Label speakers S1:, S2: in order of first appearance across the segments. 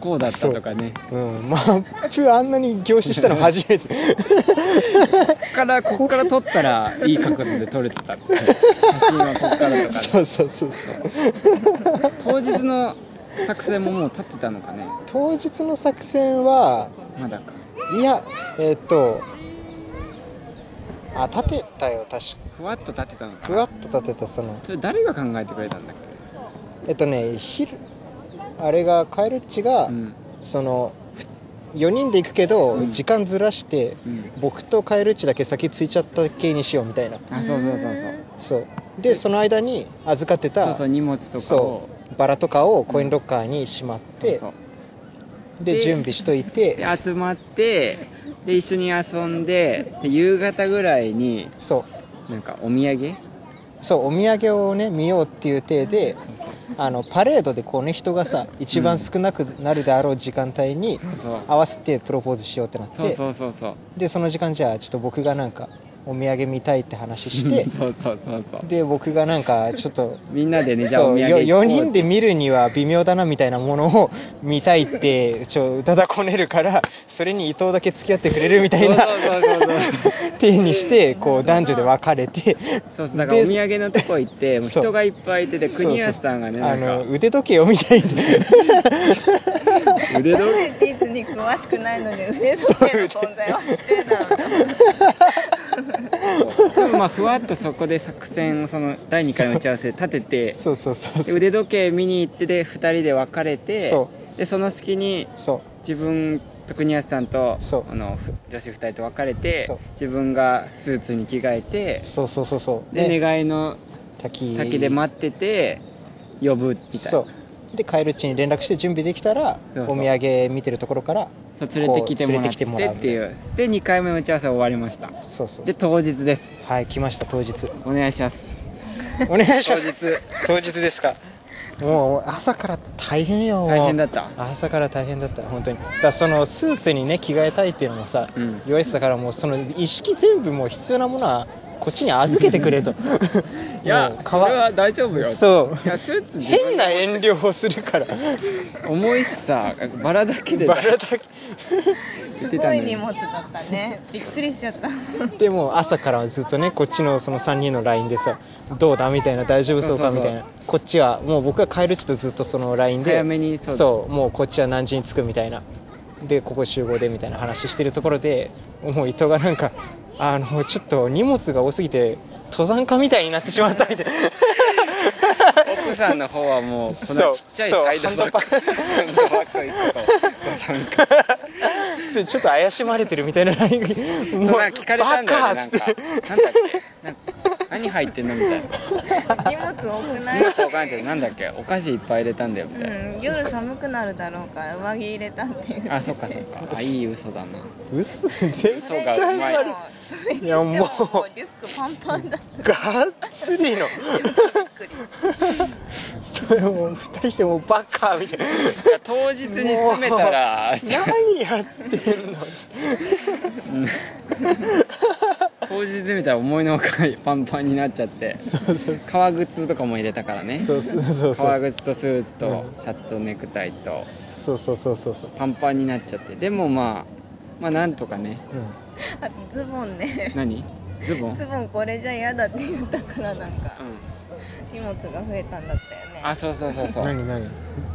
S1: こうだったとかね。
S2: うん、マップあんなに凝視したの初 めて
S1: こっから、こっから撮ったら、いい角度で撮れてた。写真はこっからとか、
S2: そうそうそうそう
S1: 当日の作戦ももう立ってたのかね。
S2: 当日の作戦は
S1: まだか。
S2: いやえっ、とあ立てたよ確か
S1: ふわっと立ってたのか
S2: ふ
S1: な。
S2: わっと立てたその
S1: それ誰が考えてくれたんだっけ
S2: えっとね昼あれがカエルっちが、
S1: うん。
S2: その4人で行くけど、
S1: うん
S2: 時間ずらして
S1: うん。
S2: 僕とカエルっちだけ先着いちゃった系にしようみたいな
S1: あ、そうそうそうそう。
S2: そうでその間に預かって
S1: そう
S2: た
S1: そう、荷物とか
S2: そ
S1: を。
S2: うバラとかをコインロッカーにしまって、
S1: そう
S2: で
S1: で
S2: 準備しとい
S1: で
S2: て
S1: 集まってで一緒に遊んでで夕方ぐらいに
S2: そう
S1: なんかお土産
S2: そうお土産をね見ようっていう体で
S1: そうそう
S2: あのパレードでこうね人がさ一番少なくなるであろう時間帯に
S1: そう
S2: 合わせてプロポーズしようってなって
S1: そうそうそうそう
S2: でその時間じゃあちょっと僕がなんかお土産見たいって話して
S1: そうそうそうそう
S2: で僕がなんかちょっと
S1: みんなでねじゃあ
S2: そ
S1: お
S2: う
S1: 土
S2: よ
S1: 産
S2: 4人で見るには微妙だなみたいなものを 見たいってちょだだこねるからそれに伊藤だけ付き合ってくれるみたいな
S1: そう そうそうそう
S2: 手にしてこう男女で分かれて
S1: そうそうだからお
S2: で
S1: 土産のとこ行ってもう
S2: そう
S1: 人がいっぱいいてで
S2: そうそう
S1: 国安さんがね
S2: あ
S1: なん
S2: の
S1: か
S2: 腕時計を見たいって
S1: 腕の
S3: 技術に詳しくないのに腕時計の存在は知ってたの
S1: でもまあふわっとそこで作戦をその第2回の打ち合わせで立てて
S2: そうそうそう
S1: で
S2: そう
S1: 腕時計見に行ってで2人で別れて
S2: そ
S1: でその隙に
S2: そう
S1: 自分と国安さんと
S2: そう
S1: あのふ女子2人と別れて
S2: そう
S1: 自分がスーツに着替えて
S2: そうそうそうそう
S1: で、
S2: ね
S1: 願いの
S2: 滝
S1: 滝で待ってて呼ぶみたいな
S2: そうでカエルっちに連絡して準備できたら
S1: そうそう
S2: お土産見てるところから
S1: そう連れてきてもら
S2: こう連れてきてもらう
S1: って
S2: みた
S1: って
S2: い
S1: いうで2回目の打ち合わせ終わりました
S2: そうそうそ
S1: で
S2: う
S1: 当日です
S2: はい来ました当 日
S1: お願いします
S2: お願いし
S1: 当
S2: ます
S1: 日
S2: 当日ですかもう朝から大変よ
S1: 大変だった
S2: 朝から大変だった本当にだからそのスーツにね着替えたいっていうのもさ、
S1: うん
S2: 言われてたからもうその一式全部もう必要なものはこっちに預けてくれと
S1: いや
S2: もう
S1: それは大丈夫よ
S2: そ
S1: い
S2: う
S1: やスーツ自分
S2: 変な遠慮をする から
S1: 重いしさバラだけで
S2: バラだけ
S1: 言っ
S3: す
S1: てた
S3: ご
S1: の
S3: い
S1: に
S3: 荷物だったねびっくりしちゃった
S2: でもう朝からずっとねこっちのその3人の LINE でさ「どうだ?」みたいな「大丈夫そうか?」
S1: そう
S2: み
S1: そう
S2: た
S1: そう
S2: いなこっちはもう僕は帰るちとずっとその LINE で
S1: 早めにそうだ
S2: そうもうこっちは何時に着くみたいなでここ集合でみたいな話してるところでもう伊藤がなんかあのちょっと荷物が多すぎて登山家みたいになってしまったみたいな
S1: 奥さんの方はもうこのちっちゃいサイドバッグ
S2: そう
S1: ハンドバッグ一個とご 参加
S2: ちょちょっと怪しまれてるみたいな LINE が
S1: そん
S2: もう
S1: な聞かれたんだよね
S2: バカ
S1: な
S2: っ
S1: ん
S2: つ
S1: か
S2: って
S1: なんだっけなんか何入ってんのみたいな
S3: 荷物多くない
S1: 荷物わかんないけどなんだっけお菓子いっぱい入れたんだよみたいな、
S3: うん、夜寒くなるだろうから上着入れたっていう
S1: あそっかそっかあいい嘘だな
S2: 嘘全
S1: 嘘がうまい
S3: それにして
S2: いや
S3: も
S2: もう
S3: もうリュックパンパンだっ
S2: がっつりの
S3: たびっくり
S2: それもう2人してもうバカみたいない
S1: や当日に詰めたら
S2: 何やってんの
S1: うん当日詰めたら思いのほかパンパンになっちゃって
S2: そうそう
S1: 革靴とかも入れたからね
S2: そうそうそうそ
S1: 革
S2: う
S1: 靴とスーツと
S2: う
S1: シャツとネクタイと
S2: そうそうそうそうそう
S1: パンパンになっちゃってでもまあまあなんとかね
S2: う
S3: あとズボンね
S1: 何ズボン、うん
S3: ズ、ボンこれじゃ嫌だって言ったからなんか荷物が増えたんだったよね
S1: あそうそうそうそ
S2: ん
S1: う
S2: 何何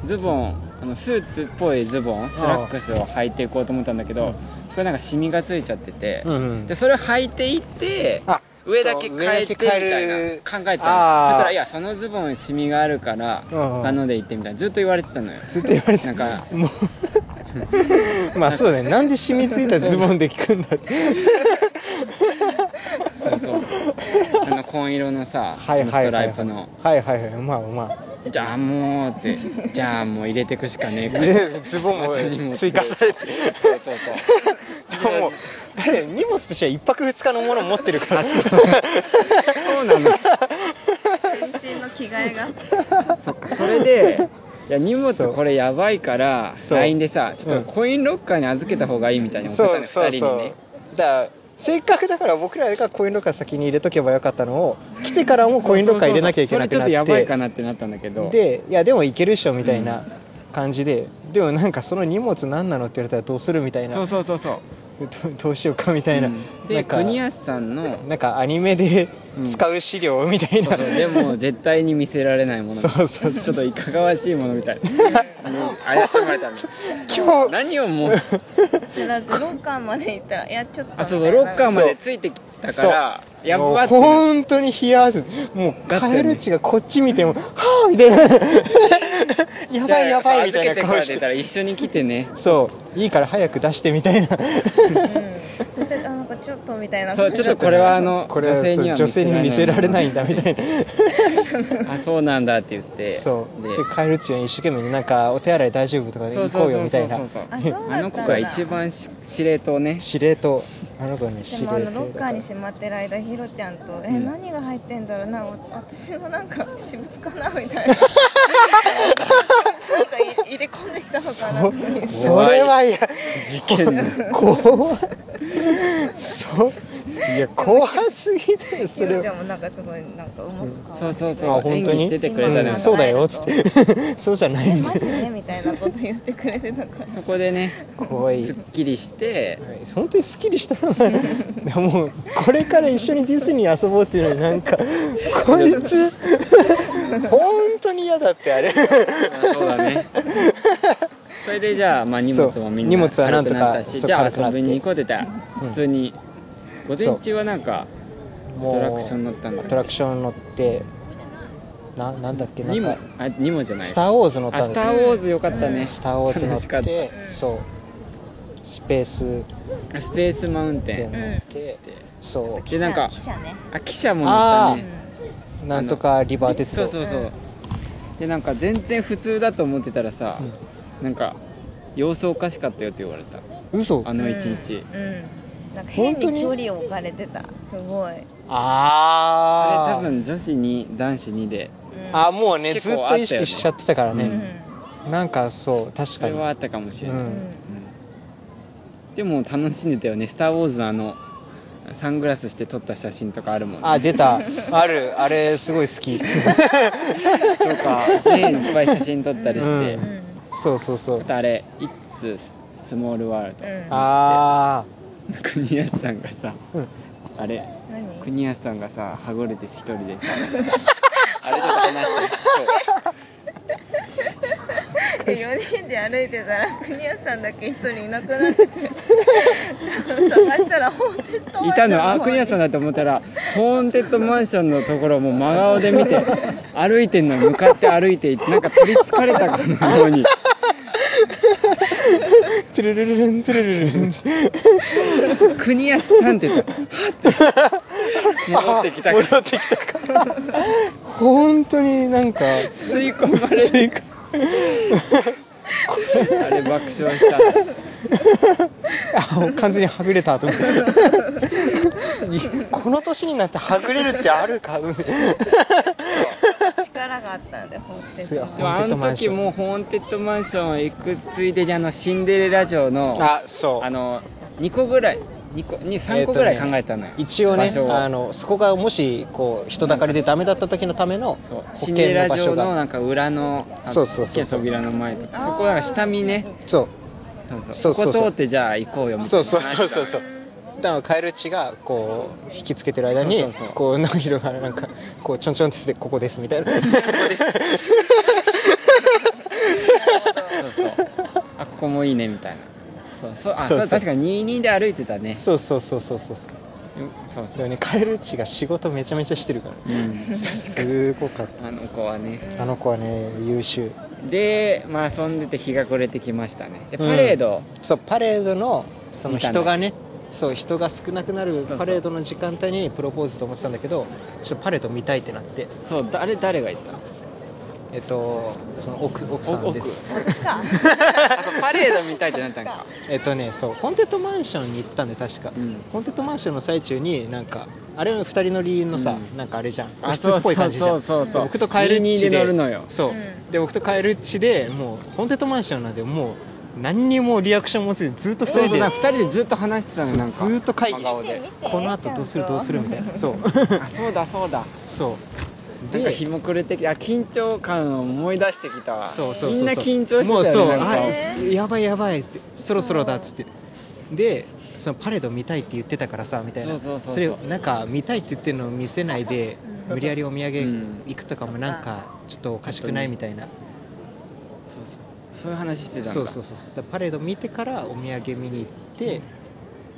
S1: ズボンあのスーツっぽいズボンスラックスを履いていこうと思ったんだけどそれなんかシミがついちゃってて、
S2: うんうん
S1: でそれを履いていって
S2: あ
S1: 上だけ
S2: そう
S1: 変えてみたいな
S2: 上だ
S1: 考
S2: け変
S1: えたのだ
S2: あー
S1: からいやそのズボンにシミがあるから
S2: うんうん
S1: 他ので行ってみたいなずっと言われてたのよ
S2: ずっと言われて
S1: なんか
S2: もう まあそうだねなんで染みついたズボンで聞くんだ って
S1: そうそうあの紺色のさあ
S2: はい
S1: のス
S2: はい
S1: ト
S2: は
S1: ラ
S2: い
S1: イ
S2: は
S1: プ
S2: い
S1: の
S2: はいはいはいまあまあ
S1: じゃあもうってじゃあもう入れてくしかねえから
S2: でズボン
S1: また荷物
S2: も追加されて
S1: そうそうそう
S2: もう誰荷物としては1泊2日のもの持ってるから
S1: そうなの
S3: 全身の着替えが
S1: そっ かそれでいや荷物これやばいから
S2: そう
S1: LINE でさちょ
S2: うん
S1: っとコインロッカーに預けた方がいいみたいに送っ
S2: そ
S1: た
S2: う
S1: の
S2: そう
S1: 2人
S2: そ
S1: に
S2: う、
S1: ね
S2: だからせっかくだから僕らがコインロッカー先に入れとけばよかったのを来てからもコインロッカー入れなきゃいけなくなって
S1: そうそうそうそれちょっとやばいかなってなったんだけど
S2: でいやでもいけるっしょみたいな感じででもなんかその荷物何なのって言われたらどうするみたいな
S1: そうそうそうそう
S2: ど どうしようかみたいな、
S1: うん
S2: な
S1: で
S2: んか
S1: 国安さんの
S2: なんかアニメで
S1: うん
S2: 使う資料みたい
S1: そ
S2: な、
S1: うそうでも絶対に見せられないもの
S2: そうそう
S1: ちょっといかがわしいものみたいなうん怪しまれたんだ
S2: 今 日
S1: 何をもう
S3: じゃだってロッカーまで行ったらいやちょっと
S1: あそうそうロッカーまでついてきたからや
S2: もう
S1: ばってな
S2: 本当に冷や汗もう
S1: だってね
S2: カエルチがこっち見ても「はあ!」みたいな 「やばいやばい」みた
S1: じゃあ預け
S2: いな顔し
S1: てから出
S2: て
S1: たら一緒に来てね
S2: そういいから早く出してみた いな
S3: うんそしてあなんかちょっとみたいな
S1: そうちょっとこれはあの
S2: これは
S1: 女性には
S2: そう女性に見せられないんだみたいな
S1: あそうなんだって言って
S2: そう
S1: で
S2: でカエルチが一生懸命になんかお手洗い大丈夫とかで
S1: そう
S2: 行
S1: そ
S2: こ
S1: う
S2: うよ
S1: そう
S2: み
S1: そ
S2: た
S1: う
S2: いな
S1: そうそう
S3: あそうだったんだ
S1: あの子が一番し司令塔ね
S2: 司令塔あの子に
S3: で
S2: 司令
S3: も
S2: 塔
S3: あ
S2: だ
S3: の
S2: か
S3: ロ
S2: ら
S3: ッカーにしまってる間ヒロちゃんと「え
S1: うん
S3: 何が入ってんだろうなお私のなんか私物かな」みたいななんかい入れ込んできたのかなと思って
S2: それはいや
S1: 事件の
S2: 怖いそういや怖すぎだよそ
S3: ヒ
S2: れ
S3: ロち
S2: は
S3: ゃんもなんかすごいなんかうまく顔
S1: そうそう
S2: あ
S1: そう
S2: 本
S1: 演
S2: 当
S1: 技
S2: に
S1: しててくれたの
S2: う
S1: よ
S2: んそうだよっつってそうじゃない
S3: え
S2: み
S3: マ
S2: たい
S3: ジでみたいなこと言ってくれてたから
S1: そこでね
S2: な怖い
S1: すっきりして
S2: はい本当にスッキリしたなもうこれから一緒にディズニー遊ぼうっていうのになん かこいつ本当に嫌だってあれ
S1: あそうだ ねそれでじゃあ、まあ、荷物もみんな
S2: そう荷物はなんとか
S1: 軽くったし
S2: そう
S1: じゃあ
S2: 軽くな
S1: 遊
S2: って
S1: びに行こうって言ったら
S2: うん
S1: 普通に午前中はなんかアトラクション乗ったんだ
S2: アトラクション乗ってななんだっけな
S1: に
S2: ん
S1: も
S2: か
S1: あにもじゃない
S2: スター・ウォーズ乗った
S1: あ
S2: ん
S1: ス
S2: です
S1: ター・
S2: よ
S1: ウォーズよかったね、
S3: うん
S2: スター・ウォーズ乗
S1: 楽しか
S2: っ
S1: って
S3: うん
S2: そうスペース
S1: たスペースマウンテ
S2: で
S1: ン
S3: ん
S2: 乗ってそ
S1: でなんか
S3: 記者ね、
S1: あ汽車も乗った
S2: あ
S1: ね
S2: うなんとかリバー鉄
S1: そう
S2: 道
S1: そうそうでなんか全然普通だと思ってたらさ、なんか様子おかしかったよって言われた
S2: うん嘘
S1: あの一日、
S3: うんうんなんか変
S2: 本当
S3: に
S2: に
S3: 距離を置かれてたすごい、
S1: あれ
S2: あ
S1: 多分女子2男子2で
S3: うん、
S2: あもうね
S1: 結
S2: ずっ
S1: 構
S2: と意識しちゃってたか
S1: あ
S2: ら
S3: う
S1: ったよ
S2: ね、
S3: ん
S2: なんかそう確
S1: そ
S2: か
S1: れ
S2: に
S1: はあったかもしれない、
S2: うん
S1: うんでも楽しんでたよね「スター・ウォーズ」のあのサングラスして撮った写真とかあるもんね
S2: あ出たあるあれすごい好き
S1: とかねいっぱい写真撮ったりして、
S2: うん
S3: うん
S2: そうそうそ
S1: あ
S2: う
S1: とあれ「イッツ・スモール・ワールド
S3: うん
S2: あ」
S1: 国安さんがさ
S2: ーうん
S1: あれ
S3: 何
S1: 国安さんがさはぐれて一人 でさあれちょっと話してそう
S3: で4人で歩いてたら国安さんだけ一人いなくなっててちょっと探したらホーテッドマンションの方に
S1: いたのあ国安さんだと思ったらホーンテッドマンションのところをもう真顔で見て 歩いてんのに向かって歩いていってなんか取りつかれたかのように
S2: トゥルルルルントゥルルルルン
S1: 国安さんって言ったらはって戻ってきた
S2: あ
S1: か
S2: 戻ってきたか本当になんか
S1: 吸い込まれていくあれ爆笑した
S2: あ完全にはぐれたと思っていこの年になってはぐれるってあるかと思って
S3: 力があったんでホーテッ
S2: すご
S3: ド
S2: い
S1: でもあの時もホーンテッドマンション行くついでにあのシンデレラ城の
S2: あそう
S1: あの2個ぐらい2個に3個ぐらい考えたのよ、
S2: 一応ね
S1: 場所を
S2: あのそこがもしこう人だかりでダメだった時のための
S1: そう
S2: 保
S1: シンデレ
S2: 険の
S1: ラ
S2: 場
S1: 城
S2: 所
S1: の
S2: が
S1: なんか裏のあの
S2: そうそうそう
S1: 大きな扉の前とかそこなんか下見ね
S2: そう
S1: そう
S2: そうそうそ
S1: こ
S2: う
S1: 通ってじゃあ行こうよみたい
S2: そ
S1: な
S2: うそうそうそうそうだからカエルチがこう引きつけてる間に
S1: そうそうそう
S2: こう直弘がなんかこうちょんちょんってしてここですみたいな
S1: そうそうあここもいいねみたいなそうそうあ
S2: そ
S1: そうう
S2: そう
S1: 確かに22で歩いてたね
S2: そうそうそうそうそう
S1: うんそう
S2: で
S1: そう
S2: もねカエルチが仕事めちゃめちゃしてるからね
S1: うん
S2: すごかっ
S1: あの子はね
S2: たあの子はね優秀
S1: でまあ遊んでて日が暮れてきましたねでパレード、
S2: そうパレードのその
S1: 見たね
S2: 人がねそう人が少なくなる
S1: そう
S2: パレードの時間帯にプロポーズと思ってたんだけどちょっとパレード見たいってなって
S1: そうだあれ誰が行ったの
S2: えっとその奥奥さんです
S3: こっちか
S1: あそうパレード見たいってなったんか
S2: えっとねそうホーンテッドマンションに行ったんで確か、
S1: うん
S2: ホーンテッドマンションの最中になんかあれの二人乗りのさ、
S1: うん
S2: なんかあれじゃん個
S1: あ
S2: 室っぽい感じじゃん
S1: そうそうそうそう
S2: 僕とカエルッチ
S1: 二人
S2: で
S1: 乗るのよ
S2: そう、
S3: うん
S2: で僕とカエルッチでもうホーンテッドマンションなんでもう何にもリアクションもせずずっと二
S1: そう
S2: 人
S1: そう
S2: で
S1: なんか2人でずっと話してたのなんか
S2: そうずっと会議
S1: 真顔
S2: し
S1: で
S2: て
S3: 見て見て
S2: この後どうする
S3: ちゃんと
S2: どうするみたいなそう
S1: あそうだそうだ
S2: そう
S1: なんか日も暮れてきあ緊張感を思い出してきたわ
S2: そうそうそうそう
S1: みんな緊張してたよね
S2: もうそう
S1: なんか
S2: あ
S3: ね
S2: やばいやばいってそろそろだっつってでそのパレード見たいって言ってたからさみたい
S1: そう
S2: な
S1: そうそうそう
S2: れをなんか見たいって言ってるのを見せないで
S3: うん
S2: 無理やりお土産
S1: うん
S2: 行くとかもなんかちょっとおかしくないみたいな
S1: そうそうそういう話してたんだ
S2: そうそうそうそうだからパレード見てからお土産見に行って、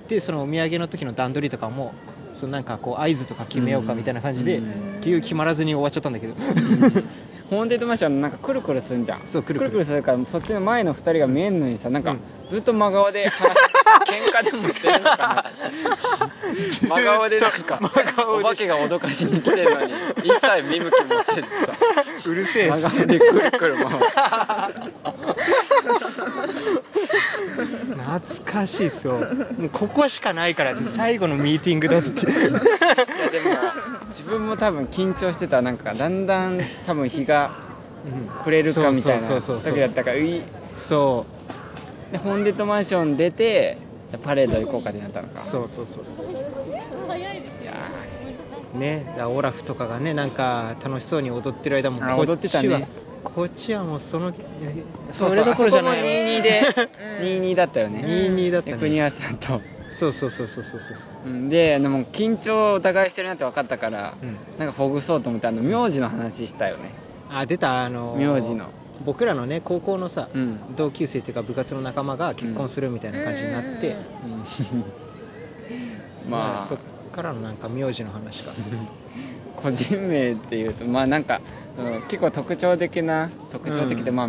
S2: でそのお土産の時の段取りとかもそのなんかこう合図とか決めようかみたいな感じで、
S1: うん
S2: 結局決まらずに終わっちゃったんだけど
S1: ホーンテッドマンションなんかくるくるすんじゃん
S2: そうくるくる
S1: するからそっちの前の2人が見えんのにさなんか、
S2: うん
S1: ずっと真顔で 話喧嘩でもしてるのか な真顔でなんかお化けが脅かしに来てるのに一切見向きもせずさ
S2: うるせえ
S1: 真顔でくるく る回って
S2: 懐かしいっすよもうここしかないからって最後のミーティングだっつって
S1: いやでも自分も多分緊張してたなんかだんだん多分日が暮れるかみたいな
S2: そうそう
S1: 時
S2: そうそ
S1: だ
S2: う
S1: ったからうい
S2: そ
S1: でホーンデッドマンション出てじゃあパレード行こうかってなったの
S2: う
S1: か
S2: そうそうそうそう
S1: いや
S2: ねだからオラフとかがねなんか楽しそうに踊ってる間も
S1: あ
S2: こ
S1: 踊
S2: っ
S1: ってた
S2: ちは、
S1: ね
S2: こっちはもうそのえ
S1: ー
S2: それどころじゃ
S1: あ
S2: ない
S1: そこも22で
S3: うん
S1: 22だったよね
S2: 22だったね
S1: で国安さんと、
S2: そうそうそうそうそうそう
S1: うん、ででも緊張をお互いしてるなって分かったから、
S2: うん
S1: なんかほぐそうと思ってあの名字の話したよね
S2: あ出たあの
S1: 名字の
S2: 僕らのね高校のさ、
S1: うん
S2: 同級生っていうか部活の仲間が結婚するみたいな感じになって、
S3: うんうんうんうん
S1: まあ、
S2: そっからのなんか名字の話が
S1: 個人名っていうとまあなんか、うん結構特徴的な特徴的で、
S2: うん
S1: まあ、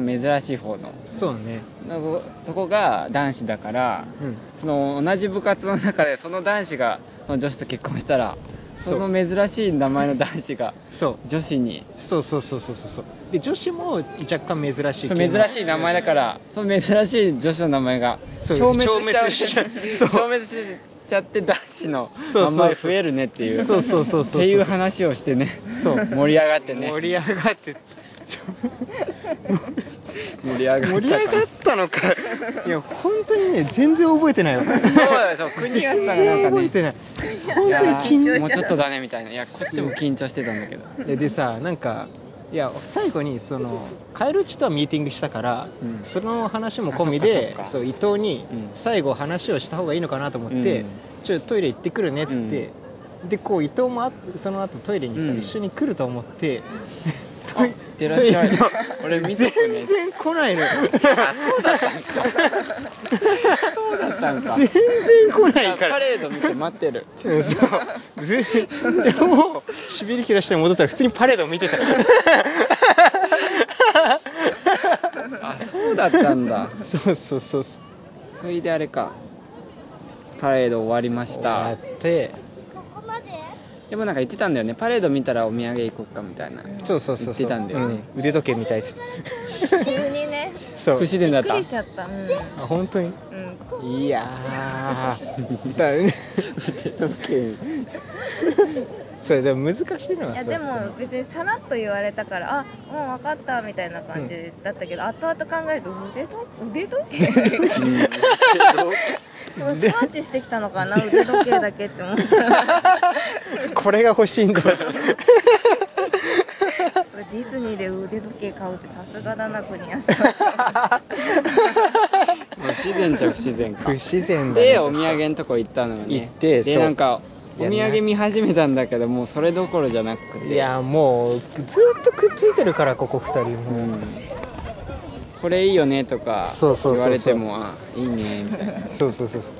S1: まあ珍しい方の
S2: そうね
S1: のとこが男子だから
S2: うん
S1: その同じ部活の中でその男子がその女子と結婚したら
S2: そ
S1: そうの珍しい名前の男子が
S2: そう
S1: 女子に
S2: そうそうそうそうそうそうで女子も若干珍しい
S1: そ
S2: 系
S1: う
S2: の
S1: 珍しい名前だからその珍しい女子の名前が
S2: そう
S1: 消滅しちゃう
S2: 消滅しちゃうそう
S1: 消滅しちゃって男子の
S2: そう
S1: 名
S2: そう
S1: 前増えるねっていう
S2: そうそうそうそうそう
S1: っていう話をしてね
S2: そう
S1: 盛り上がってね
S2: 盛り上がって
S1: 盛り上がった
S2: 盛り上がったのか いや本当にね全然覚えてない よ
S1: そうだよそう国安さんがなんか
S2: 覚え
S1: ね
S2: てない本当に
S3: いやー
S2: 緊
S1: もうちょっとだねみたいないやこっちも緊張してたんだけど
S2: ででさなんかいや最後にその帰るうちとはミーティングしたから、
S1: うん
S2: その話も込みで
S1: あ
S2: そ
S1: そう
S2: 伊藤に
S1: うん
S2: 最後話をした方がいいのかなと思って、
S1: うん
S2: ちょっとトイレ行ってくるねっつって、でこう伊藤もあその後トイレにさ、
S1: うん
S2: 一緒に来ると思って、
S1: あいってらっしゃい
S2: トイレの
S1: 俺見てくね
S2: 全然来ないのよ
S1: あそうだったんか そうだったんか
S2: 全然来ないか
S1: パ
S2: ら
S1: レード見て待ってる
S2: うんそうずでもしびれ切らして戻ったら普通にパレードを見てた
S1: あそうだったんだ
S2: そうそうそうそう
S1: それであれかパレード終わりまし
S2: や
S1: た
S2: って
S1: でもなんか言ってたんだよねパレード見たらお土産行こっかみたいな
S2: そうそうそうそ
S1: 言
S2: う
S1: ってたんだよね
S2: うん腕時計みたいっつって
S3: 急にね
S2: そう
S1: 不自然
S3: び
S1: だ
S3: っ
S1: っ
S3: く
S1: た
S3: りしちゃったうん、
S2: あ本当に
S3: うん、
S2: いや ーだそれでも難しいのはいさ
S3: やで
S2: その
S3: も別にさらっと言われたからあもう分かったみたいな感じだったけど、後々考えると腕時腕時計すごいスパーチしてきたのかな腕時計だけって思った
S2: これが欲しいんだっつって
S3: それディズニーで腕時計買うってさすがだな国安さん
S1: 不自然じゃ不自然
S2: 不
S1: か
S2: 自然だね
S1: でお土産のとこ行ったのよね
S2: 行って
S1: で
S2: そう
S1: なんか
S2: い
S1: お
S2: や
S1: 土産見始めたんだけどもうそれどころじゃなくて
S2: いやもうずっとくっついてるからここ2人
S1: う
S2: もう、
S1: んこれいいよねとか
S2: そうそうそうそう
S1: 言われてもあいいねみたいな
S2: そうそうそうそ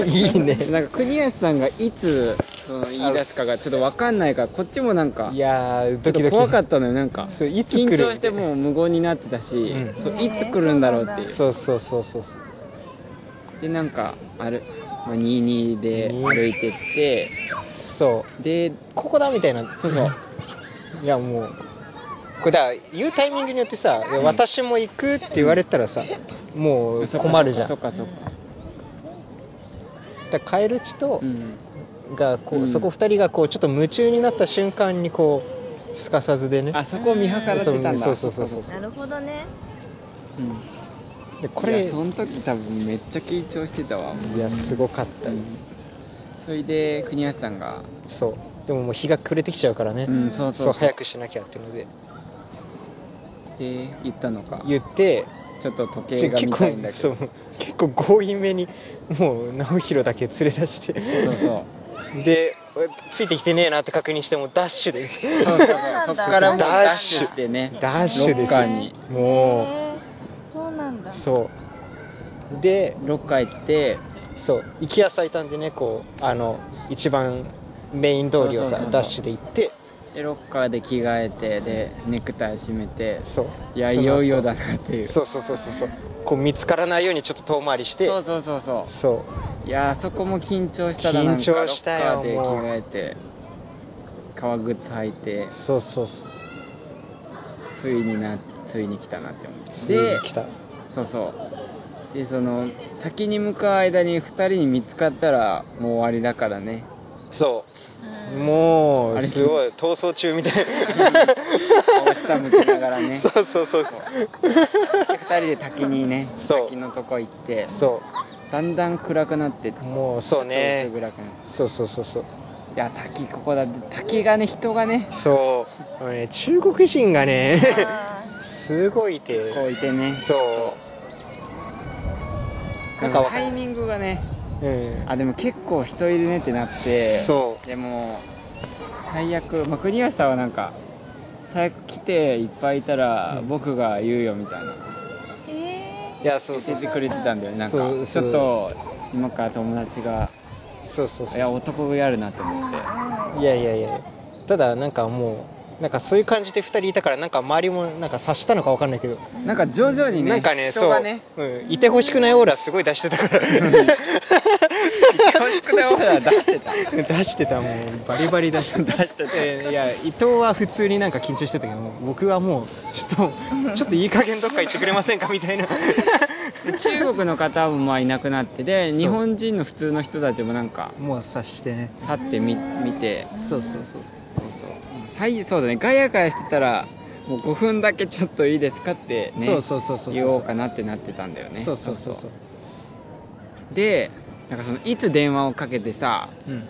S2: う いいね
S1: なんか国安さんがいつその言い出すかがちょっと分かんないからこっちもなんか
S2: いやー
S1: ちょっと
S2: ドキドキ
S1: 怖かったのよなんか
S2: そういつ来
S1: 緊
S2: る
S1: 張してもう無言になってたし、
S2: うん
S1: そういつ来るんだろうっていう
S2: そうそうそうそうそう
S1: でなんかある、まあ、22で歩いてって
S2: そう
S1: で
S2: ここだみたいな
S1: そうそう
S2: いやもうこれだから言うタイミングによってさ、
S1: ん
S2: 私も行くって言われたらさ、もう困るじゃん
S1: そ
S2: だ
S1: っかそっかそっか、
S2: からカエルチと
S1: うん、
S2: がこう、
S1: うん
S2: そこ2人がこうちょっと夢中になった瞬間にこうすかさずでね
S1: あそこを見計らってたんだ
S2: そうそうそうそう
S1: そ
S3: なるほどね
S1: う、うん、
S2: でこ
S1: こ
S2: れ
S1: れその時多分めっちゃ緊張してたわ
S2: いやすごかった、
S1: うんそれで国安さんが
S2: そうでももう日が暮れてきちゃうからね、
S1: うんそう
S2: そ
S1: そうう
S2: 早くしなきゃっていうので
S1: って言ったのか
S2: 言って
S1: ちょっと時計が見たいんだけど
S2: そう結構強引めにもう直弘だけ連れ出して
S1: そうそう
S2: でついてきてねえなって確認してもうダッシュです
S1: そうそうそう
S3: なんだ
S1: そっからもう
S2: ダ
S1: ダ
S2: ッ
S1: ッ
S2: シ
S1: シ
S2: ュ
S1: ュしてね
S2: ダッシュですよ
S1: ロッカーに
S2: も
S3: へーそうなんだ
S2: うそうで
S1: ロッカー行って
S2: そう行き家最短でねこうあの一番メイン通りを
S1: そうそうそう
S2: さ
S1: そう
S2: ダッシュで行って
S1: でロッカーで着替えてでネクタイ締めて
S2: そう
S1: いや
S2: その後
S1: いよいよだなっていう
S2: そうそうそうそうそうこう見つからないようにちょっと遠回りして
S1: そうそうそうそう
S2: そう
S1: いやーそこも緊張しただ
S2: 緊張したよ
S1: なんかロッカ
S2: もう
S1: ーで着替えて革靴履いて
S2: そうそうそう
S1: ついになついに来たなって思って
S2: つい
S1: で
S2: に来た
S1: そうそうでその滝に向かう間に2人に見つかったらもう終わりだからね
S2: そう
S3: う
S2: も
S1: あ
S2: う
S1: れ
S2: すごい逃走中 みたいな
S1: 顔下向きながらね
S2: そうそうそうそう
S1: で2人で滝にね
S2: そう
S1: 滝のとこ行って
S2: そ
S1: だんだん暗くなって
S2: うもうそう
S1: ちょ
S2: ね
S1: っと薄暗くなって
S2: そうそうそうそう
S1: いや滝ここだって滝がね人がね
S2: そうあのね中国人がね
S3: あ
S2: すごいいて
S1: こういてね
S2: そう
S1: な
S2: な
S1: ん
S2: んか
S1: か
S2: わか
S1: タイミングがね
S2: うん
S1: あでも結構人いるねってなって
S2: そう
S1: でも最悪、まあ、国吉さんはなんか最悪来ていっぱいいたら
S2: うん
S1: 僕が言うよみたいな
S3: ーえ
S2: いやそうそ
S1: 教
S2: う
S1: えて
S2: そう
S1: くれてたんだよねなんか
S2: そう
S1: ち
S2: そう
S1: ょっと今から友達が
S2: そうそうそう
S1: いや男がやるなと
S3: ー
S1: 思って
S2: いやいやいやただなんかもうなんかそういう感じで2人いたからなんか周りもなんか察したのか分かんないけど、
S1: なんか徐々にね
S2: なんかね
S1: 人
S2: そ
S1: が
S2: う、
S1: ね
S2: うん、いてほしくないオーラすごい出してたから
S1: 欲しくないオーラ出して た
S2: 出してたもうバリバリ出してた
S1: 出してた
S2: えーいや伊藤は普通になんか緊張してたけど僕はもうちょっ とちょっといい加減どっか行ってくれませんかみたいな
S1: で中国の方もまあいなくなってで
S2: そう
S1: 日本人の普通の人たちもなんか
S2: もう察してね
S1: 去ってみ見て
S2: そうそうそ
S1: そう
S2: う
S1: そう最そうだねガヤガヤしてたらもう5分だけちょっといいですかってね
S2: そうそうそうそうそう
S1: 言おうかなってなってたんだよね
S2: そうそうそうそう
S1: でなんかそのいつ電話をかけてさ
S2: うん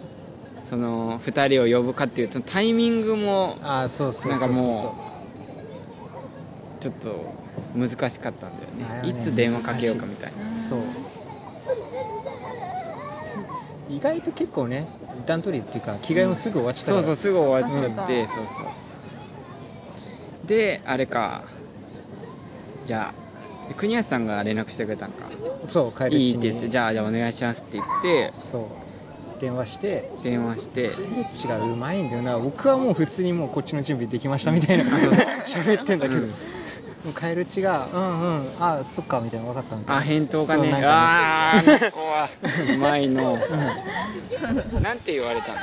S1: その2人を呼ぶかっていうそのタイミングも
S2: ああそうそうそうそう
S1: なんかもちょっと難しかったんだよね
S2: あれ
S1: い
S2: はね
S1: つ電話かけようかみたいな
S2: そう意外と結構ね段取りっていうか着替えもすぐ終わっちゃったか
S1: そ
S2: ら、
S1: うそうすぐ終わっちゃって、
S3: あ
S1: そうそうであれかじゃあ国安さんが連絡してくれたんか
S2: そう帰るうちに
S1: いいって言ってじゃあじゃあお願いしますって言って
S2: そう電話して
S1: 電話して
S2: 違ううまいんだよな僕はもう普通にもうこっちの準備できましたみたいな喋ってんだけど、
S1: うん
S2: もうカエルチが「うんうんあそっか」みたいな分かったみたいな
S1: あ返答がね
S2: そうなんか
S1: ああーあの子 はうまいの
S2: ね
S1: なんて言われたの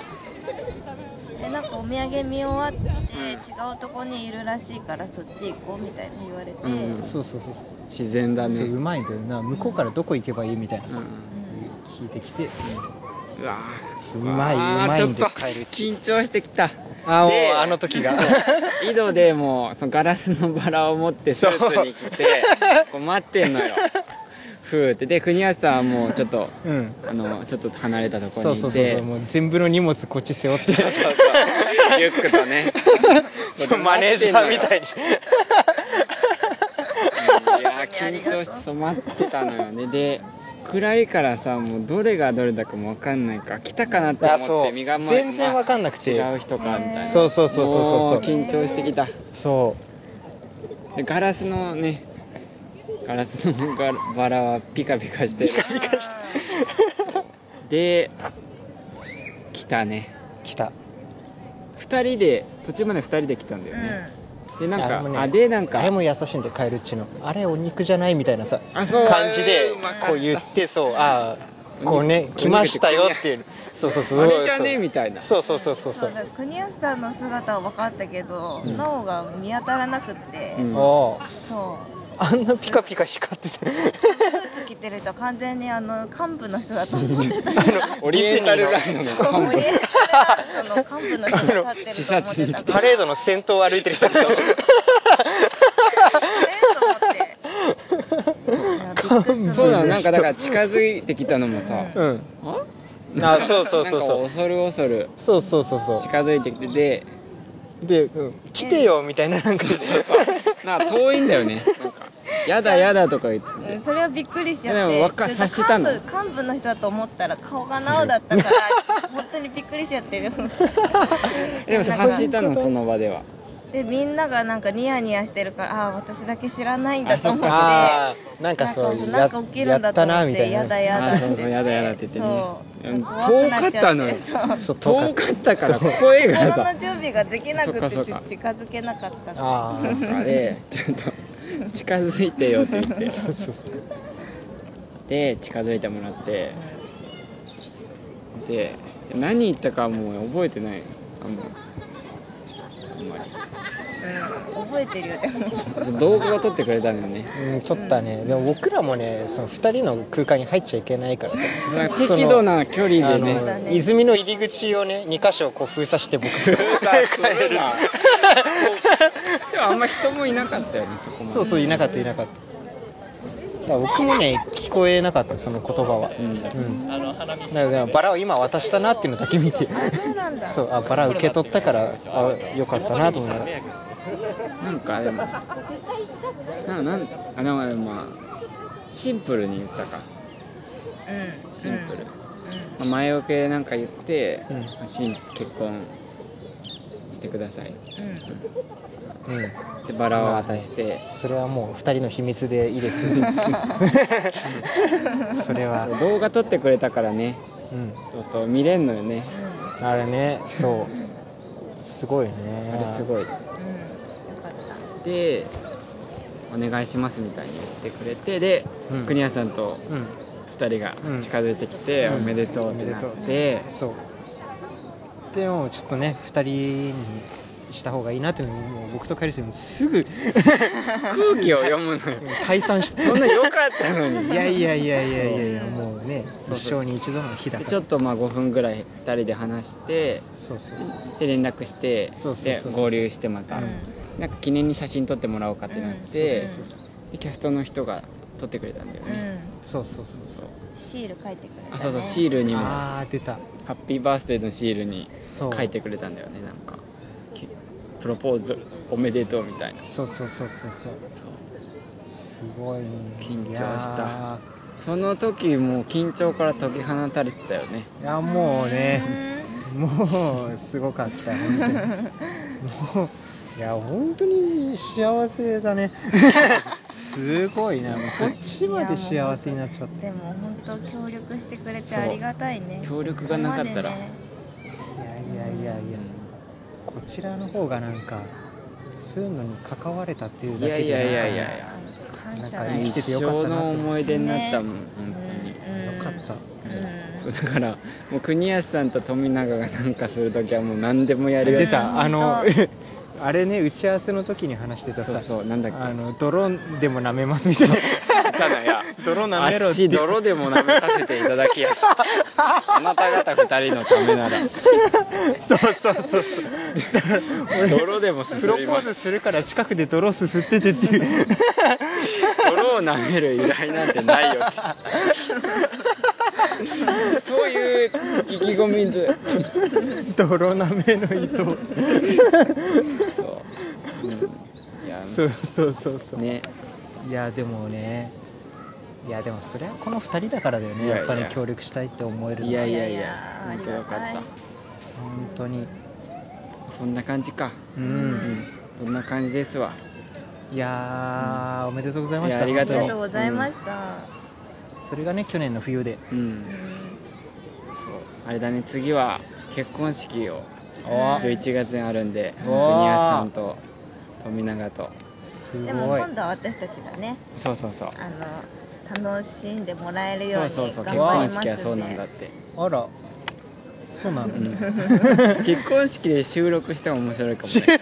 S3: えなんかお土産見終わって
S1: ん
S3: 違うとこにいるらしいからそっち行こうみたいに言われて、
S1: うん
S2: うんそうそうそうそう,、
S1: 自然だね
S2: そううまいんだよな向こうからどこ行けばいいみたいな
S1: う
S2: さ、
S1: ん
S2: 聞いてきて、
S1: うわ
S2: う
S1: ー
S2: まいう
S1: わー
S2: まいんで
S1: ちょっと
S2: カエルチ
S1: 緊張してきた
S2: あ
S1: で
S2: もうあの時が
S1: 井戸でもうそのガラスのバラを持ってスーツに着てこう待ってんのよふーってで国安さんはもうちょっと
S2: うん
S1: あのちょっと離れたとこ
S2: そ
S1: ろ
S2: う
S1: にいて
S2: そうそうそうもう全部の荷物こっち背負って
S1: そうそうリュックとね
S2: そうマネージャーみたいに
S1: いやー緊張してそう待ってたのよねで暗いからさもうどれがどれだかも分かんないから来たかなって
S2: あ
S1: 思っ
S2: そ
S1: て
S2: う
S1: 身構えて
S2: 全然分かんなくて
S1: 違う人かみたいな
S2: そうそうそうそうそうそう
S1: も緊張してきた
S2: そ
S1: でガラスのねガラスのガラバラはピカピカしてるで来たね
S2: う来た
S1: 2人で途中まで2人で来たんだよね、でなん
S2: あ
S1: か
S2: も
S1: あ,、
S2: うね
S1: でなんか
S2: あれも優しいんでカエルっちのあれお肉じゃないみたいなさ
S1: あそう
S2: 感じで
S1: うまかった
S2: こう言ってそうああ
S1: お肉
S2: こうね
S1: お肉
S2: 来ましたよっていうそうそうそう
S1: あれじゃねみたいな
S2: そうそうそうそうそう
S3: だ国安さんの姿は分かったけど、
S2: うん
S3: 脳が見当たらなくって、
S1: うん
S2: おう
S3: そう
S2: あんなピカピカ光ってて
S3: スーツ着てる人完全にあの幹部の人だと思っ てた
S1: オリエンタルランド
S2: ディズニー
S1: の
S3: オリエンタルランドの幹部の人が立ってると思ってたから
S1: 幹部の視察に
S2: パレードの先頭を歩いてる人だ と
S3: えーと思っていやびっくりする
S1: そうなのなんかだから近づいてきたのもさ、
S2: うん
S1: あ
S2: あそうそうそうそう
S1: なんか恐る恐る
S2: そうそうそうそ
S1: 近づいてきてで
S2: うで、うん来てよみたいななんか
S1: なんか遠いんだよねなんか「やだやだ」とか言って
S3: うんそれはびっくりしちゃって
S1: でもわか
S3: ちょっと
S1: 察したの
S3: 幹部幹部の人だと思ったら顔がなおだったから本当にびっくりしちゃってる
S1: でも察したのその場では
S3: でみんながなんかニヤニヤしてるからああ私だけ知らないんだと思って
S2: あーなんかそう
S3: なんか
S2: や
S3: 起きるんだと思
S2: やったな
S3: っ
S2: みた
S3: て
S2: い
S3: や
S2: な
S3: だやだ
S1: あ
S3: っ
S1: そう
S3: て
S1: そうやだやだって言ってね
S3: そう
S1: うん
S3: 怖くなっちゃ
S1: 遠か
S3: っ
S1: ったのよ
S3: てそう
S2: そう
S1: 遠
S2: 遠
S1: か
S2: か
S1: っ
S2: ったた
S1: か
S2: からら
S1: 声が
S3: 心
S1: さ
S3: の準備ができなく
S1: そっかそってか
S3: ち近づけなかったの
S2: あ
S1: なん
S2: ー
S1: かでちょっと近づいてよって言って
S2: そうそうそう
S1: で近づいてもらって
S3: うん
S1: で何言ったかはもう覚えてないあんまあんま
S3: うん覚えてるよでも
S1: り動画を撮ってくれたんだよね
S2: うん、撮ったねでも僕らもねその2人の空間に入っちゃいけないからさ
S1: なんか適度な距離
S2: あ
S1: で
S2: の
S1: ね
S3: そうだね
S2: 泉の入り口をね2箇所こう封鎖して僕と
S1: するなでもあんま人もいなかったよねそこまで
S2: そうそういなかったいなかっただから僕もね聞こえなかったその言葉は
S1: うん
S2: うんだからねバラを今渡したなっていうのだけ見て
S3: あそうなんだ
S2: そうあバラ受け取ったからあよかったなと思いながら
S1: なんかでもななんあでもでもまあシンプルに言ったか
S3: うん
S1: シンプル
S3: うん
S1: まあ前置きでなんか言って、
S2: うん
S1: まあしん、結婚してください
S3: うん
S2: うん
S1: でバラを渡して、
S2: それはもう2人の秘密でいいですよ それは
S1: 動画撮ってくれたからね
S2: うん
S1: そうそう見れんのよね
S3: う
S2: あれねそうすごい
S1: あ
S2: ね
S1: れすごい
S3: んうんよかった
S1: でお願いしますみたいに言ってくれてで、
S2: うん
S1: 国谷さんと
S2: うん
S1: 2人が近づいてきて、
S2: う
S1: お
S2: ん
S1: めでとうってなっ
S2: おめ
S1: て、
S2: そうでもちょっとね2人にした方がいいなっていうのももう僕とカリスもすぐ
S1: 空気を読むのよ
S2: 退 散して
S1: そんな良かったのに
S2: いやいやいやいやいやいや
S3: うん
S2: もうね
S1: そう
S2: 一生に一度の日だ
S1: で
S2: から
S1: ちょっとまあ5分ぐらい2人で話して
S2: そうそうそう
S1: で連絡して
S2: そうそう
S1: で
S2: そうそう
S1: 合流してまた、
S2: うん
S1: なんか記念に写真撮ってもらおうかってなって、
S3: うん
S2: そうそう
S1: でキャストの人が撮ってくれたんだよ
S3: う
S1: ね、
S3: ん
S2: そうそうそうそう
S1: そう
S3: シール書いてくれた、ね、
S1: あそうそうシールにもハ
S2: ああ出た
S1: ッピーバースデーのシールに
S2: そう
S1: 書いてくれたんだよねなんかきプロポーズおめでとうみたいな
S2: そうそうそうそうそう
S1: そう
S2: すごいね
S1: 緊張
S2: いや
S1: その時もう緊張から解き放たれてたよね
S2: ーいやもうねもうすごかった本当にもういや本当に幸せだねすごい なもうこっちまで幸せになっちゃっ
S3: うんでも本当協力してくれてありがたいね
S1: そう協力がなかったら
S3: ここまでね
S2: たいやいやいやいやこちらの方がなんかそういうのに関われたっていうだけで
S1: いやいやいやいや
S3: 感謝
S2: なん
S3: だ
S2: か
S3: よ
S2: 生
S1: 一
S2: きててよか
S1: 生
S2: ったなって
S1: の思い出になったもん、本
S2: よかった
S1: 当に、
S3: うん
S1: そうだからもう国安さんと富永がなんかする時はもう何でもやるよ
S2: 出
S3: うん
S2: たあの
S3: 本
S2: あれね打ち合わせの時に話してた
S1: そう
S2: さ
S1: そうなんだっけ
S2: あの泥でも舐めますみたいな
S1: ただや
S2: 泥舐めろって
S1: 足泥でも舐めさせていただきやすあなた方二人のためなら
S2: そうそうそう
S1: 泥でもすす
S2: プロ
S1: り
S2: ポ
S1: ま
S2: ー
S1: す
S2: ズするから近くで泥すすっててっていう
S1: 泥を舐める依頼なんてないよってそういう意気込みで
S2: 泥舐めの糸を
S1: そう、うん、いや
S2: そうそうそうそう、
S1: ね
S2: いやでもねいやでもそれはこの2人だからだよね
S1: いやいや
S2: やっぱり協力したいって思えるのはい
S1: やい
S3: い
S1: や
S3: や
S1: い
S3: い
S1: や
S3: や
S1: 本当よかっ
S3: ありが
S2: 本当に
S1: たそんな感じか
S2: うん、
S1: そんな感じですわ
S2: いやー、おめでとうございまし
S1: い
S2: た
S1: やありが
S3: ありが
S1: と
S3: とうございました、
S2: それがね去年の冬で
S1: うん
S3: うん
S1: そうあれだね次は結婚式を
S3: お
S1: 11月にあるんで
S2: お
S1: 国安さんと富永と
S2: す
S3: で
S2: ご
S3: も
S2: い
S3: 今度は私たちがね
S1: そうそうそう
S3: あの楽しんでもらえるよう
S1: そう
S3: に
S1: そうそう
S3: 頑
S1: 結婚
S3: 張りますん
S1: 式
S3: で
S1: はそうなんだって、
S2: あらそうなの、
S1: うん、結婚式で収録しても面白いかもね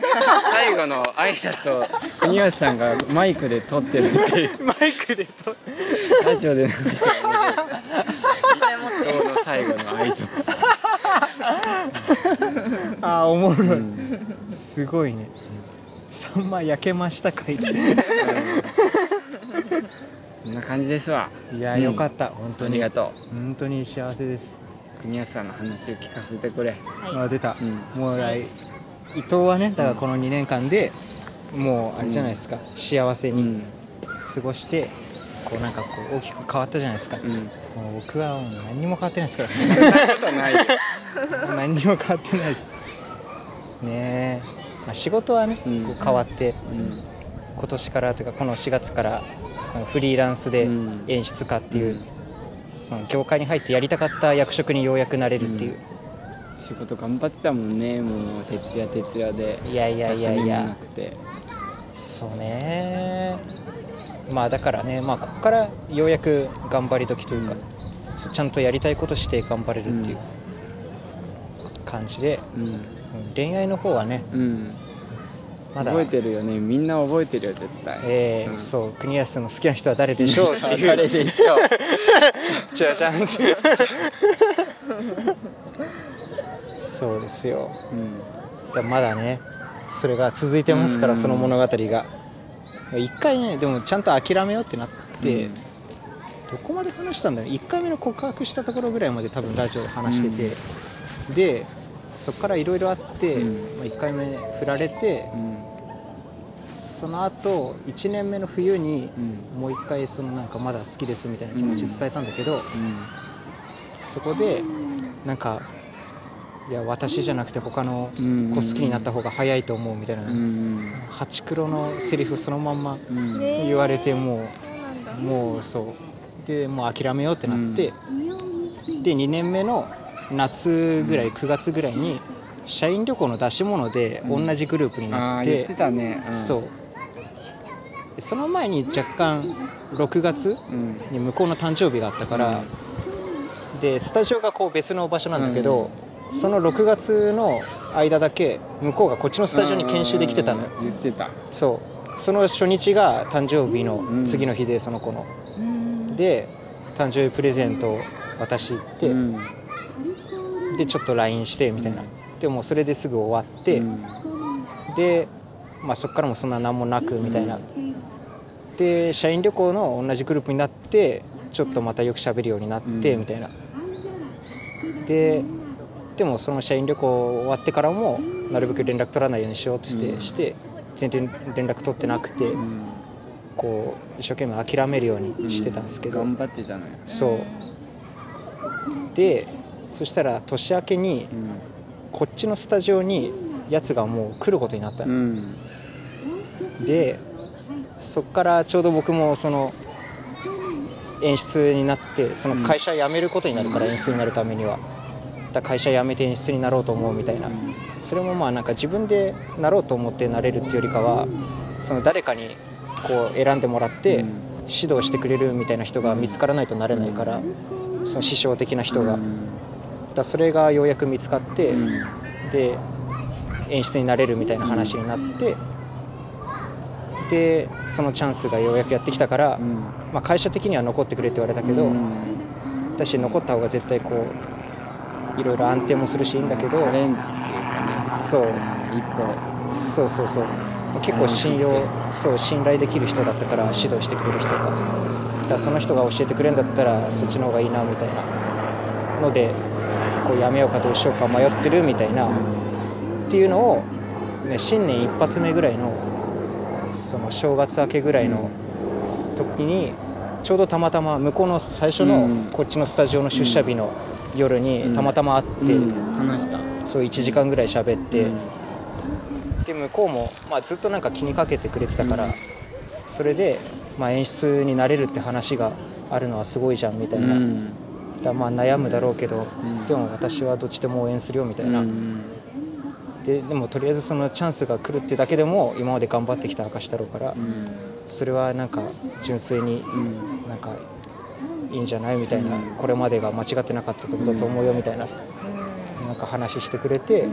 S1: 最後の挨拶を国安さんがマイクで撮ってるっていう
S2: マイクでと
S1: ラジオで流しても面白い
S3: それ持って
S1: 今日の最後の挨拶、
S2: あーおもろい、
S1: うん、
S2: すごいねサンマ焼けましたかい
S1: こんな感じですわ
S2: いやよかった、本
S1: 当
S2: 当
S1: にあ
S2: に
S1: りがとう
S2: 本当に幸せです
S1: 国安さんの話を聞かせてくれ
S2: あ出た、
S1: う
S2: もう来伊藤はねだからこの2年間でもうあれじゃないですか、幸せ
S1: う
S2: に過ごして、こうなんかこう大きく変わったじゃないですか、
S1: うん
S2: もう僕はもう何にも変わってないですか
S1: そんなことないよ
S2: らもう何にも変わってないですねえ、まあ、仕事はね、
S1: うん
S2: こう変わって
S1: うん
S2: 今年からというかこの4月からそのフリーランスで
S1: うん
S2: 演出家っていう、その業界に入ってやりたかった役職にようやくなれるっていう、
S1: 仕事頑張ってたもんねもう徹夜徹夜で
S2: いやいやいや
S1: 休
S2: い
S1: みも
S2: や
S1: なくて
S2: そうねまあだからね、まあ、ここからようやく頑張り時というか、ちゃんとやりたいことして頑張れるっていう感じで、
S1: うん
S2: うん恋愛の方はね
S1: うん
S2: まだ
S1: 覚えてるよねみんな覚えてるよ絶対
S2: えー
S1: ん
S2: そう国安の好きな人は誰 でしょうっていう
S1: 誰でしょう
S2: じゃじゃんそうですよ
S1: うん
S2: だまだねそれが続いてますから、
S1: うん
S2: その物語が一回ねでもちゃんと諦めようってなって、
S1: うん
S2: どこまで話したんだろう1回目の告白したところぐらいまで多分ラジオで話してて、でそこからいろいろあって、
S1: うん
S2: まあ、1回目振られて
S1: うん
S2: その後1年目の冬に、
S1: うん
S2: もう1回そのなんかまだ好きですみたいな気持ち伝えたんだけど、
S1: うん
S2: そこでなんかいや私じゃなくて他の
S1: うん
S2: 子好きになった方が早いと思うみたいな、
S1: うん
S2: ハチクロのセリフそのまんま
S1: うん
S3: ね
S2: 言われても
S3: そうなんだ
S2: うもうそうでもう諦めようってなって、で2年目の夏ぐらい9月ぐらいに社員旅行の出し物で
S1: うん
S2: 同じグループに
S1: あ
S2: な
S1: あ
S2: っ
S1: 言
S2: て
S1: って、たね、ん
S2: そうその前に若干6月
S1: うん
S2: に向こうの誕生日があったから、でスタジオがこう別の場所なんだけど、その6月の間だけ向こうがこっちのスタジオに研修で来てたのよ
S1: うん言ってた
S2: そうその初日が誕生日の次の日でその子の、
S3: うん
S2: で誕生日プレゼントを渡し行って、
S1: うん
S2: でちょっと LINE してみたいな、でもうそれですぐ終わって、
S1: うん
S2: で、まあ、そっからもそんな何もなくみたいな、
S1: う
S2: で社員旅行の同じグループになってちょっとまたよく喋るようになって
S1: うん
S2: みたいな、ででもその社員旅行終わってからもなるべく連絡取らないようにしようってして,、
S1: うん
S2: して全然連絡取ってなくて、
S1: うん
S2: こう一生懸命諦めるようにしてたんですけど、
S1: 頑張ってたのよ
S2: そうでそしたら年明けに
S1: うん
S2: こっちのスタジオにやつがもう来ることになった
S1: う
S2: の、
S1: ん
S2: でそっからちょうど僕もその演出になってその会社辞めることになるから演出になるためにはだから会社辞めて演出になろうと思うみたいなそれもまあなんか自分でなろうと思ってなれるっていうよりかはその誰かにこう選んでもらって
S1: うん
S2: 指導してくれるみたいな人が見つからないとなれないからその師匠的な人が
S1: う
S2: だか
S1: ん
S2: らそれがようやく見つかって
S1: うん
S2: で演出になれるみたいな話になってでそのチャンスがようやくやってきたから、
S1: うん
S2: まあ、会社的には残ってくれって言われたけど、
S1: うん
S2: 私残った方が絶対こういろいろ安定もするしいいんだけど
S1: チャレンジっていうかね
S2: そう
S1: 一歩
S2: そうそうそう結構信用そう信頼できる人だったから指導してくれる人がだからその人が教えてくれるんだったらそっちの方がいいなみたいなのでこうやめようかどうしようか迷ってるみたいな。っていうのを、ね、新年一発目ぐらいのその正月明けぐらいの時にちょうどたまたま向こうの最初
S1: う
S2: の
S1: ん
S2: こっちのスタジオの出社日の夜
S1: うん
S2: にたまたま会って、
S1: うん話した
S2: そう1時間ぐらい喋って、
S1: うん
S2: で向こうも、まあ、ずっとなんか気にかけてくれてたから、
S1: うん
S2: それで、まあ、演出になれるって話があるのはすごいじゃんみたいな、
S1: うん
S2: だからまあ悩むだろうけど、
S1: うん
S2: でも私はどっちでも応援するよみたいな。
S1: うん
S2: ででもとりあえずそのチャンスが来るってだけでも今まで頑張ってきた証だろうから、
S1: うん
S2: それはなんか純粋に
S1: ん
S2: なんかいいんじゃないみたいな、
S1: うん
S2: これまでが間違ってなかったってことだと思うよみたいな,、なんか話してくれて、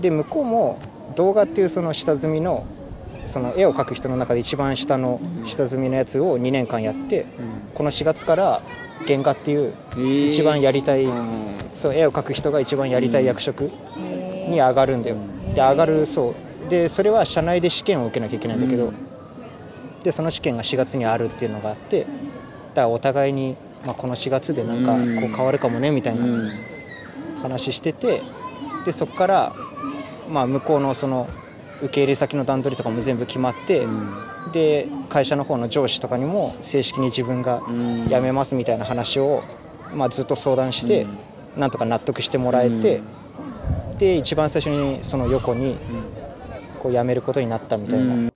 S2: で向こうも動画っていうその下積みのその絵を描く人の中で一番下の下積みのやつを2年間やって
S1: うん
S2: この4月から原画っていう
S1: えー
S2: 一番やりたい、
S1: うん
S2: そう絵を描く人が一番やりたい役職、に上がるんだよ、
S1: うん
S2: で上がるそうでそれは社内で試験を受けなきゃいけないんだけど、
S1: うん
S2: でその試験が4月にあるっていうのがあってだからお互いにまあ、この4月でなんかこ
S1: うん
S2: う変わるかもねみたいな
S1: うん
S2: 話しててでそこから、まあ、向こうのその受け入れ先の段取りとかも全部決まって、で会社の方の上司とかにも正式に自分が
S1: うん
S2: 辞めますみたいな話を、まあ、ずっと相談して、なんとか納得してもらえて、で一番最初にその横にこう辞めることになったみたいな